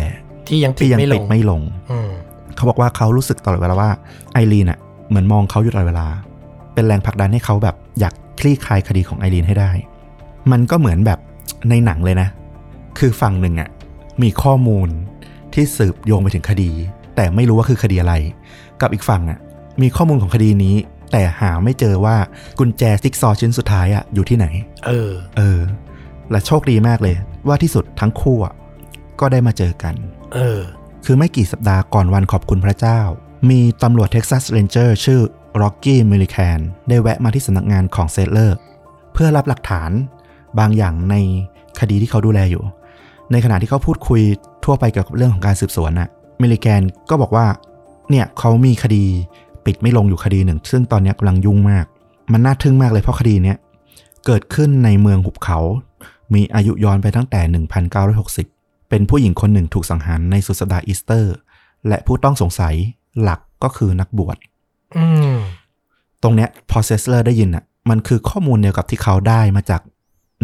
ที่ยังปิด ที่ยัง ไม่ล ปิด ง ไม่ลง อืม เขาบอกว่าเขารู้สึกตลอดเวลาว่าไอรีนอะเหมือนมองเขาอยู่ตลอดเวลา เป็นแรงผลักดันให้เขาแบบอยากคลี่คลายคดีของไอรีนให้ได้ มันก็เหมือนแบบในหนังเลยนะ คือฝั่งหนึ่งอะมีข้อมูลที่สืบโยงไปถึงคดี แต่ไม่รู้ว่าคือคดีอะไร กับอีกฝั่งอะมีข้อมูลของคดีนี้ แต่หาไม่เจอว่ากุญแจซิกซอว์ชิ้นสุดท้ายอะอยู่ที่ไหน เออ เออ และโชคดีมากเลย ว่าที่สุดทั้งคู่อะก็ได้มาเจอกัน เออ คือไม่กี่สัปดาห์ก่อนวันขอบคุณพระเจ้า มีตำรวจเท็กซัสเรนเจอร์ชื่อ ร็อกกี้มิลิแคนได้แวะมาที่สำนักงานของเซตเลอร์ เพื่อรับหลักฐานบางอย่างในคดีที่เขาดูแลอยู่ ในขณะที่เขาพูดคุย ทั่วไปเกี่ยวกับเรื่องของการสืบสวนอะเมริแกนก็บอกว่า เนี่ยเขามีคดีปิดไม่ลงอยู่คดีหนึ่ง ซึ่งตอนเนี้ยกำลังยุ่งมาก มันน่าทึ่งมากเลยเพราะคดีเนี้ยเกิดขึ้นในเมืองหุบเขา มีอายุย้อนไปตั้งแต่ 1960 เป็นผู้หญิงคนหนึ่งถูกสังหารในสุดสัปดาห์อีสเตอร์ และผู้ต้องสงสัยหลักก็คือนักบวช อืม ตรงเนี้ยพอเซสเลอร์ได้ยินอ่ะ มันคือข้อมูลเดียวกับที่เขาได้มาจาก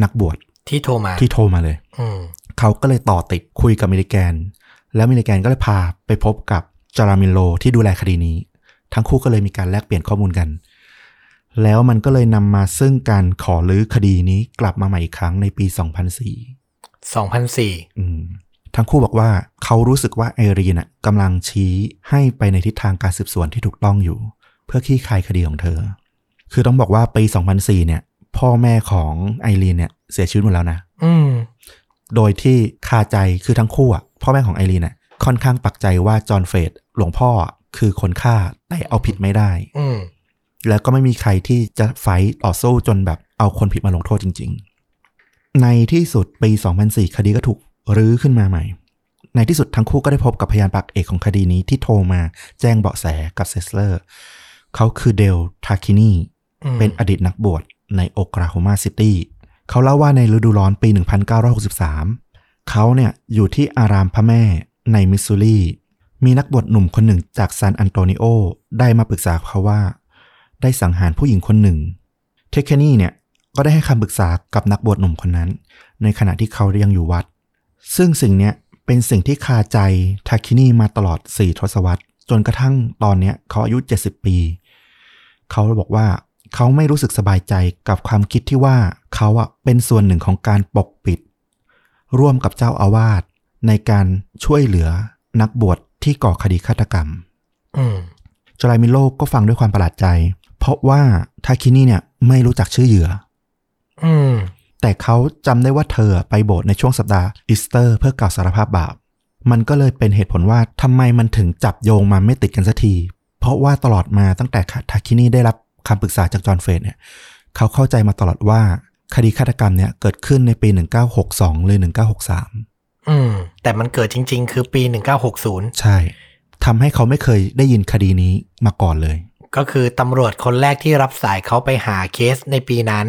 นักบวช ที่โทรมา ที่โทรมาเลย อืม เขาก็เลยต่อติดคุยกับมิลิแกน แล้วมิลิแกนก็เลยพาไปพบกับจารามิโลที่ดูแลคดีนี้ ทั้งคู่ก็เลยมีการแลกเปลี่ยนข้อมูลกัน แล้วมันก็เลยนำมาซึ่งการขอรื้อคดีนี้กลับมาใหม่อีกครั้งในปี 2004 สองพันสี่ อืมทั้งคู่บอกว่าเขารู้สึกว่าไอรีนน่ะกำลังชี้ให้ไปในทิศทางการสืบสวนที่ถูกต้องอยู่ เพื่อคลี่คลายคดีของเธอ คือต้องบอกว่าปี 2004 เนี่ย พ่อแม่ของไอรีนเนี่ยเสียชีวิตหมดแล้วนะ อืม โดยที่คาใจคือทั้งคู่อ่ะพ่อแม่ของไอรีนน่ะค่อนข้างปักใจว่าจอห์นเฟรดหลวงพ่ออ่ะคือคนฆ่าแต่เอาผิดไม่ได้ อืม แล้วก็ไม่มีใครที่จะไฟต์ต่อสู้จนแบบเอาคนผิดมาลงโทษจริง ๆ ในที่สุดปี 2004 คดีก็ถูกรื้อขึ้นมาใหม่ ในที่สุดทั้งคู่ก็ได้พบกับพยานปากเอกของคดีนี้ที่โทรมาแจ้งเบาะแสกับเซสเลอร์ เขาคือเดลทาคินี อืม เป็นอดีตนักบวชในโอกลาโฮมาซิตี้ เขาเล่าว่าในฤดูร้อนปี 1963 เขาเนี่ยอยู่ที่อารามพระแม่ในมิสซูรี มีนักบวชหนุ่มคนหนึ่งจากซานอันโตนิโอได้มาปรึกษาเขาว่า ได้สังหารผู้หญิงคนหนึ่ง เทคเคนี่เนี่ยก็ได้ให้คำปรึกษากับนักบวชหนุ่มคนนั้น ในขณะที่เขายังอยู่วัด ซึ่งสิ่งเนี้ยเป็นสิ่งที่คาใจทาคินี่มาตลอด 4 ทศวรรษ จนกระทั่งตอนเนี้ยเขาอายุ 70 ปี เขาบอกว่าเขาไม่รู้สึกสบายใจกับความคิดที่ว่าเขาอะเป็นส่วนหนึ่งของการปกปิด ร่วมกับเจ้าอาวาสในการช่วยเหลือนักบวชที่ก่อคดีฆาตกรรม อืม จรายมิโลก็ฟังด้วยความประหลาดใจ เพราะว่าทาคินี่เนี่ยไม่รู้จักชื่อเหยื่อ อืม แต่เขาจำได้ว่าเธอไปโบสถ์ในช่วงสัปดาห์อีสเตอร์เพื่อกล่าวสารภาพบาป มันก็เลยเป็นเหตุผลว่าทำไมมันถึงจับโยงมาไม่ติดกันสักที เพราะว่าตลอดมาตั้งแต่ทาคินี่ได้รับคำปรึกษาจากจอห์นเฟรดเนี่ย เขาเข้าใจมาตลอดว่าคดีฆาตกรรมเนี่ยเกิดขึ้นในปี 1962 หรือ 1963 อืม แต่มันเกิดจริง ๆ คือปีหนึ่งเก้าหกศูนย์ ใช่ทำให้เขาไม่เคยได้ยินคดีนี้มาก่อนเลย ก็คือตำรวจคนแรกที่รับสายเขาไปหาเคสในปีนั้น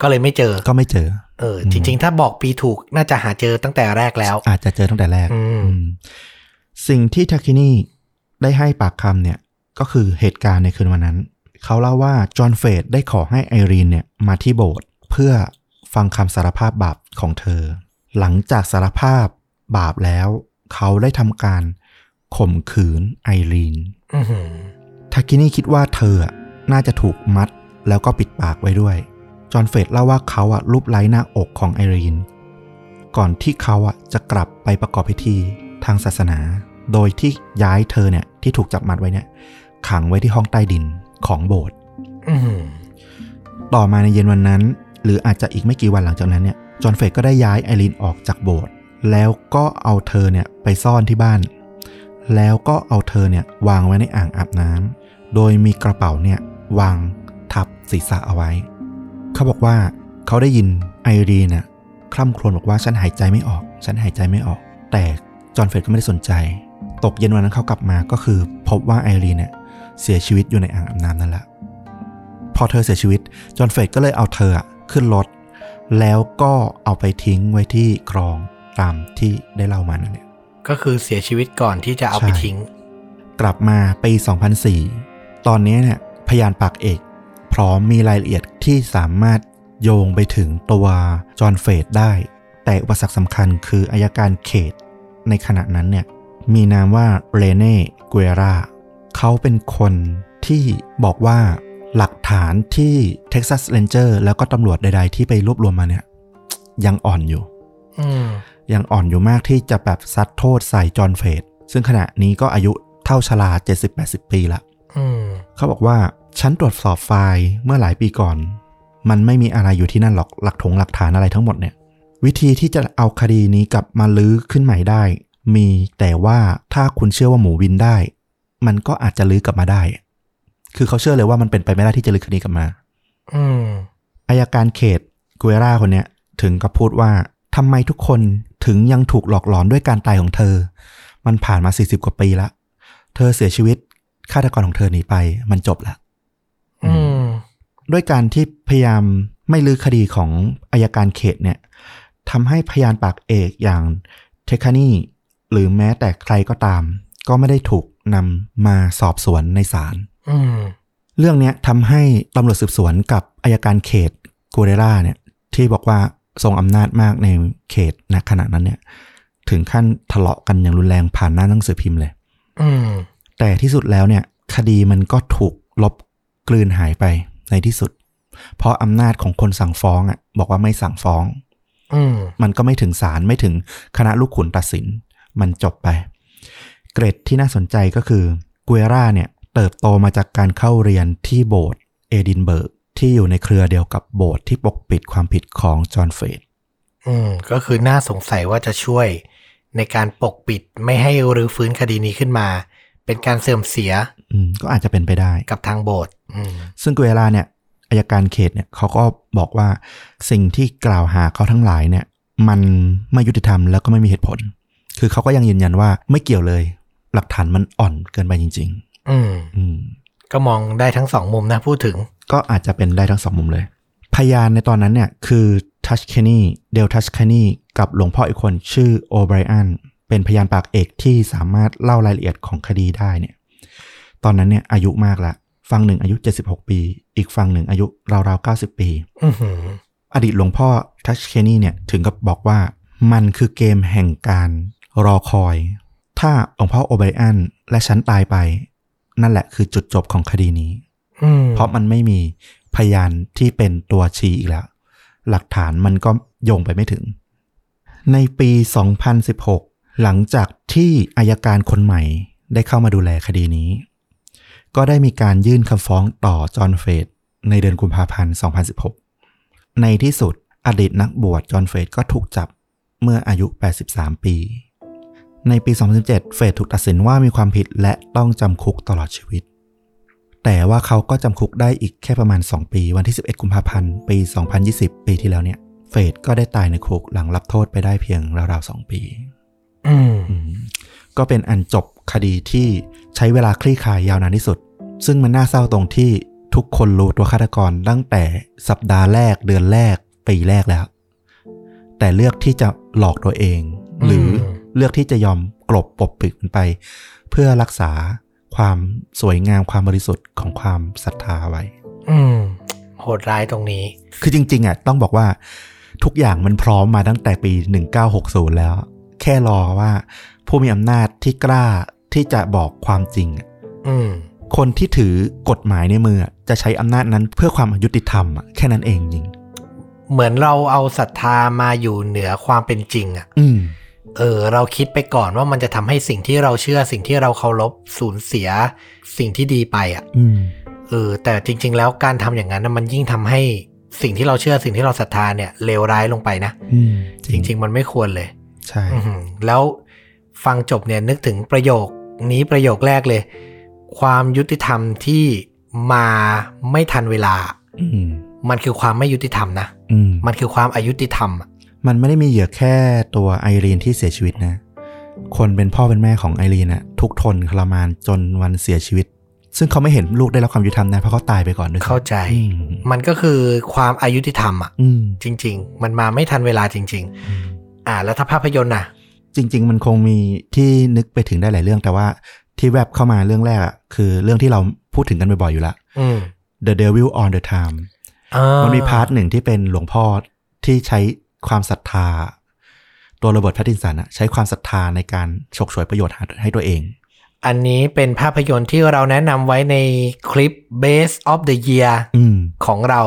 ก็เลยไม่เจอ ก็ไม่เจอ เออ จริง ๆ ถ้าบอกปีถูกน่าจะหาเจอตั้งแต่แรกแล้ว อาจจะเจอตั้งแต่แรก อืม อืมสิ่งที่ทาคินี่ได้ให้ปากคำเนี่ยก็คือเหตุการณ์ในคืนวันนั้น เขาเล่าว่าจอห์นเฟรดได้ขอให้ไอรีนเนี่ยมาที่โบสถ์เพื่อฟังคำสารภาพบาปของเธอ หลังจากสารภาพบาปแล้ว เขาได้ทำการข่มขืนไอรีน อือหือ ทากินี่คิดว่าเธออะน่าจะถูกมัดแล้วก็ปิดปากไว้ด้วย จอห์นเฟรดเล่าว่าเขาอะลูบไล้หน้าอกของไอรีน ก่อนที่เขาอะจะกลับไปประกอบพิธีทางศาสนา โดยที่ย้ายเธอเนี่ยที่ถูกจับมัดไว้เนี่ยขังไว้ที่ห้องใต้ดินของโบสถ์ อือหือ ต่อมาในเย็นวันนั้น หรืออาจจะอีกไม่กี่วันหลังจากนั้นเนี่ยจอห์นเฟรดก็ได้ย้ายไอรีนออกจากโบสถ์แล้วก็เอาเธอเนี่ยไปซ่อนที่บ้าน แล้วก็เอาเธอเนี่ยวางไว้ในอ่างอาบน้ำโดยมีกระเป๋าเนี่ยวางทับศีรษะเอาไว้ เขาบอกว่าเขาได้ยินไอรีนน่ะคร่ำครวญบอกว่าฉันหายใจไม่ออก ฉันหายใจไม่ออก แต่จอห์นเฟรดก็ไม่ได้สนใจ ตกเย็นวันนั้นเขากลับมาก็คือพบว่าไอรีนเนี่ยเสียชีวิตอยู่ในอ่างอาบน้ำนั่นแหละ พอเธอเสียชีวิต จอห์นเฟรดก็เลยเอาเธออะขึ้นรถ แล้วก็เอาไปทิ้งไว้ที่คลองตามที่ได้เล่ามานั่นแหละ ก็คือเสียชีวิตก่อนที่จะเอาไป ใช่ ทิ้ง กลับมาปี 2004 ตอนนี้เนี่ยพยานปากเอก พร้อมมีรายละเอียดที่สามารถโยงไปถึงตัวจอห์นเฟรดได้ แต่อุปสรรคสำคัญคืออายการเขต ในขณะนั้นเนี่ยมีนามว่าเรเน่เกวราเขาเป็นคนที่บอกว่าหลักฐานที่ Texas Ranger แล้วก็ตำรวจใดๆ ที่ไปรวบรวมมาเนี่ยยังอ่อนอยู่ อืม ยังอ่อนอยู่มากที่จะแบบซัดโทษใส่จอห์นเฟรดซึ่งขณะนี้ก็อายุเท่าชรา70-80 ปีละ อืม เขาบอกว่า ฉันตรวจสอบไฟล์เมื่อหลายปีก่อน มันไม่มีอะไรอยู่ที่นั่นหรอกหลักถงหลักฐานอะไรทั้งหมดเนี่ย วิธีที่จะเอาคดีนี้กลับมาลื้อขึ้นใหม่ได้ มีแต่ว่าถ้าคุณเชื่อว่าหมูวินได้ มันก็อาจจะลื้อกลับมาได้ คือเขาเชื่อเลยว่ามันเป็นไปไม่ได้ที่จะลื้อคดีกลับมา อืม อายการเขตกุเอราคนเนี้ยถึงกับพูดว่าทำไมทุกคน ถึงยังถูกหลอกหลอนด้วยการตายของเธอ มันผ่านมา 40 กว่าปีละ เธอเสียชีวิตฆาตกรของเธอหนีไป มันจบละ อืม ด้วยการที่พยายามไม่ลือคดีของอายการเขตเนี่ยทำให้พยานปากเอกอย่างเทคานีหรือแม้แต่ใครก็ตาม ก็ไม่ได้ถูกนำมาสอบสวนในศาล อืม เรื่องเนี้ยทำให้ตำรวจสืบสวนกับอายการเขตกูเรล่าเนี่ยที่บอกว่าทรงอำนาจมากในเขตณขณะนั้นเนี่ยถึงขั้นทะเลาะกันอย่างรุนแรงผ่านหน้าหนังสือพิมพ์เลย อืม แต่ที่สุดแล้วเนี่ยคดีมันก็ถูกลบกลืนหายไปในที่สุด เพราะอำนาจของคนสั่งฟ้องอ่ะบอกว่าไม่สั่งฟ้อง อืม มันก็ไม่ถึงศาลไม่ถึงคณะลูกขุนตัดสิน มันจบไป เกรดที่น่าสนใจก็คือเกวราเนี่ยเติบโตมาจากการเข้าเรียนที่โบสถ์เอดินเบิร์กที่อยู่ในเครือเดียวกับโบสถ์ที่ปกปิดความผิดของจอห์นเฟรด อืม ก็คือน่าสงสัยว่าจะช่วย ในการปกปิดไม่ให้รื้อฟื้นคดีนี้ขึ้นมา เป็นการเสื่อมเสีย อืมก็อาจจะเป็นไปได้ กับทางโบสถ์อืม ซึ่งเกวราเนี่ยอายการเขตเนี่ยเขาก็บอกว่าสิ่งที่กล่าวหาเขาทั้งหลายเนี่ย มันไม่ยุติธรรมแล้วก็ไม่มีเหตุผล คือเขาก็ยังยืนยันว่าไม่เกี่ยวเลย หลักฐานมันอ่อนเกินไปจริง อืม ๆ อืม ก็มองได้ทั้งสองมุมนะพูดถึง ก็อาจจะเป็นได้ทั้งสองมุมเลย พยานในตอนนั้นเนี่ยคือทัชแคนีเดลทัชแคนีกับหลวงพ่ออีกคนชื่อโอไบรอันเป็นพยานปากเอกที่สามารถเล่ารายละเอียดของคดีได้เนี่ยตอนนั้นเนี่ยอายุมากละฝั่งหนึ่งอายุ 76 ปี อีกฝั่งหนึ่งอายุราวๆ 90 ปี อือหือ อดีตหลวงพ่อทัชเคนีเนี่ยถึงกับบอกว่ามันคือเกมแห่งการรอคอย ถ้าหลวงพ่อโอไบรอันและฉันตายไป นั่นแหละคือจุดจบของคดีนี้ อืม เพราะมันไม่มีพยานที่เป็นตัวชี้อีกแล้ว หลักฐานมันก็โยงไปไม่ถึง ในปี 2016 หลังจากที่อายการคนใหม่ได้เข้ามาดูแลคดีนี้ ก็ได้มีการยื่นคำฟ้องต่อจอห์นเฟรดในเดือนกุมภาพันธ์ 2016 ในที่สุดอดีตนักบวชจอห์นเฟรดก็ถูกจับเมื่ออายุ 83 ปี ในปี 2017 เฟรดถูกตัดสินว่ามีความผิดและต้องจำคุกตลอดชีวิต แต่ว่าเขาก็จำคุกได้อีกแค่ประมาณ 2 ปี วันที่ 11 กุมภาพันธ์ ปี 2020 ปีที่แล้วเนี่ย เฟรดก็ได้ตายในคุกหลังรับโทษไปได้เพียงราวๆ 2 ปี อืม อืมก็เป็นอันจบคดีที่ใช้เวลาคลี่คลายยาวนานที่สุด ซึ่งมันน่าเศร้าตรงที่ทุกคนรู้ตัวฆาตกรตั้งแต่สัปดาห์แรกเดือนแรก ปีแรกแล้ว แต่เลือกที่จะหลอกตัวเอง หรืออ ม เลือกที่จะยอมกลบปกปิดมันไป เพื่อรักษาความสวยงามความบริสุทธิ์ของความศรัทธาไว้ อืม โหดร้ายตรงนี้ คือจริงๆอ่ะต้องบอกว่าทุกอย่างมันพร้อมมาตั้งแต่ปี 1960 แล้ว แค่รอว่าผู้มีอำนาจที่กล้าที่จะบอกความจริงอะ อืม คนที่ถือกฎหมายในมืออะจะใช้อำนาจนั้นเพื่อความยุติธรรมอะแค่นั้นเองจริง เหมือนเราเอาศรัทธามาอยู่เหนือความเป็นจริงอะ่ะ อืม เออ เราคิดไปก่อนว่ามันจะทำให้สิ่งที่เราเชื่อสิ่งที่เราเคารพสูญเสีย สิ่งที่ดีไปอะ่ะ อืม เออ แต่จริง ๆ แล้วการทำอย่างนั้นน่ะมันยิ่งทำให้สิ่งที่เราเชื่อสิ่งที่เราศรัทธาเนี่ยเลวร้ายลงไปนะ อืม จริง ๆ มันไม่ควรเลย ใช่ อืมแล้วฟังจบเนี่ยนึกถึงประโยคนี้ประโยคแรกเลย ความยุติธรรมที่มาไม่ทันเวลา อืม มันคือความไม่ยุติธรรมนะ อืม มันคือความอายุติธรรมอะ มันไม่ได้มีเหยื่อแค่ตัวไอรีนที่เสียชีวิตนะ คนเป็นพ่อเป็นแม่ของไอรีนอะทุกข์ทนทรมานจนวันเสียชีวิต ซึ่งเขาไม่เห็นลูกได้รับความยุติธรรมนะเพราะเขาตายไปก่อนด้วยซ้ำ เข้าใจ อืม มันก็คือความอายุติธรรมอ่ะ อืม จริง ๆ มันมาไม่ทันเวลาจริง ๆ อ่า แล้วถ้าภาพยนตร์น่ะ จริง ๆ มันคงมีที่นึกไปถึงได้หลายเรื่อง แต่ว่าที่แวบเข้ามาเรื่องแรกอะคือเรื่องที่เราพูดถึงกันบ่อยๆอยู่ละ อืม The Devil on the Time อ่า มันมีพาร์ทหนึ่งที่เป็นหลวงพ่อที่ใช้ความศรัทธา ตัวโรเบิร์ตแพตตินสันอะใช้ความศรัทธาในการฉกฉวยประโยชน์หาให้ตัวเอง อันนี้เป็นภาพยนตร์ที่เราแนะนำไว้ในคลิป Base of the Year อืม ของเรา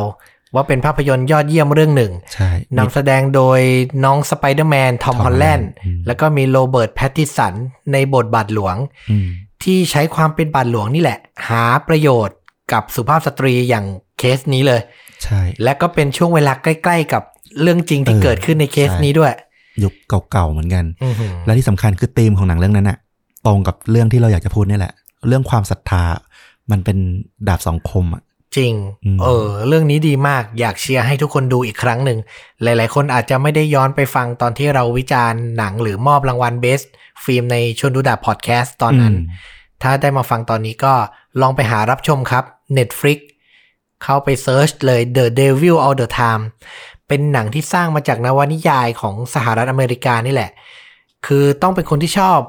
ว่าเป็นภาพยนตร์ยอดเยี่ยมเรื่องหนึ่ง ใช่มี นำแสดงโดยน้องสไปเดอร์แมนทอม Tom ฮอลแลนด์ Holland อืม แล้วก็มีโรเบิร์ตแพตติสันในบทบาทหลวง อืม ที่ใช้ความเป็นบาทหลวงนี่แหละ หาประโยชน์กับสุภาพสตรีอย่างเคสนี้เลย ใช่ และก็เป็นช่วงเวลาใกล้ๆกับเรื่องจริงที่ เออ เกิดขึ้นในเคส ใช่ นี้ด้วย ยุคเก่าๆเหมือนกัน อื้อหือ และที่สำคัญคือธีมของหนังเรื่องนั้นอะตรงกับเรื่องที่เราอยากจะพูดเนี่ยแหละ เรื่องความศรัทธา มันเป็นดาบสองคมอะ จริง อืม เออ เรื่องนี้ดีมากอยากเชียร์ให้ทุกคนดูอีกครั้งหนึ่ง หลาย ๆ คนอาจจะไม่ได้ย้อนไปฟังตอนที่เราวิจารณ์หนังหรือมอบรางวัลเบส ฟิล์มในชวนดูดาพอดแคสต์ตอนนั้น ถ้าได้มาฟังตอนนี้ก็ลองไปหารับชมครับ Netflix เข้าไปเซิร์ชเลย The Devil All the Time เป็นหนังที่สร้างมาจากนวนิยายของสหรัฐอเมริกานี่แหละ คือต้องเป็นคนที่ชอบ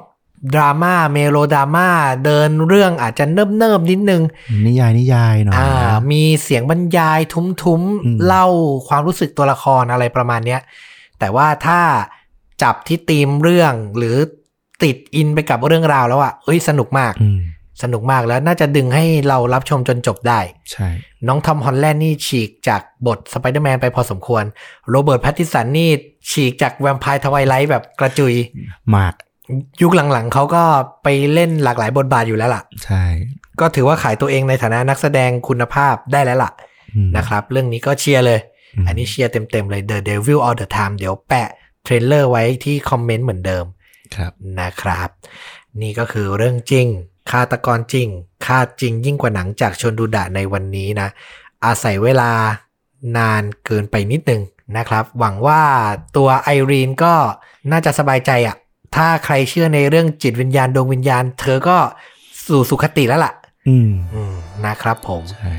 ดราม่าเมโลดราม่าเดินเรื่องอาจจะเนิบเนิบๆนิดนึง อืมนิยายนิยายหน่อย อ่า นะ มีเสียงบรรยายทุ้ม อืม ๆ เล่าความรู้สึกตัวละครอะไรประมาณเนี้ย แต่ว่าถ้าจับที่ธีมเรื่องหรือติดอินไปกับเรื่องราวแล้วอ่ะเอ้ยสนุกมาก อืม สนุกมากแล้วน่าจะดึงให้เรารับชมจนจบได้ ใช่ น้องทอมฮอลแลนด์นี่ฉีกจากบทสไปเดอร์แมนไปพอสมควร โรเบิร์ตแพตติสันนี่ฉีกจากแวมไพร์ทวายไลท์แบบกระจุย มาก ยุคหลังๆเขาก็ไปเล่นหลากหลายบทบาทอยู่แล้วล่ะ ใช่ ก็ถือว่าขายตัวเองในฐานะนักแสดงคุณภาพได้แล้วล่ะ อืม นะครับ เรื่องนี้ก็เชียร์เลย ม อันนี้เชียร์เต็มๆเลย The Devil All the Time เดี๋ยวแปะเทรลเลอร์ไว้ที่คอมเมนต์เหมือนเดิม ครับ นะครับ นี่ก็คือเรื่องจริงฆาตกรจริงฆาตจริงยิ่งกว่าหนังจากชนดูดะในวันนี้นะ อาศัยเวลานานเกินไปนิดนึงนะครับ หวังว่าตัวไอรีนก็น่าจะสบายใจอะถ้าใครเชื่อในเรื่องจิตวิญญาณดวงวิญญาณ เธอก็สู่สุคติแล้วล่ะ อืม อืมนะครับผม ใช่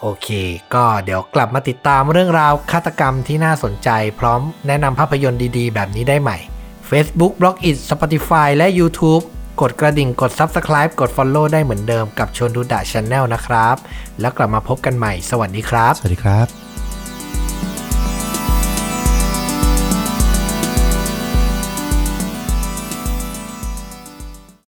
โอเค ก็เดี๋ยวกลับมาติดตามเรื่องราวฆาตกรรมที่น่าสนใจ พร้อมแนะนำภาพยนตร์ดีๆ แบบนี้ได้ใหม่ Facebook, b l o g i t Spotify และ YouTube กดกระดิ่งกด Subscribe กด Follow ได้เหมือนเดิมกับชวนดูดะ Channel นะครับ แล้วกลับมาพบกันใหม่ สวัสดีครับ สวัสดีครับ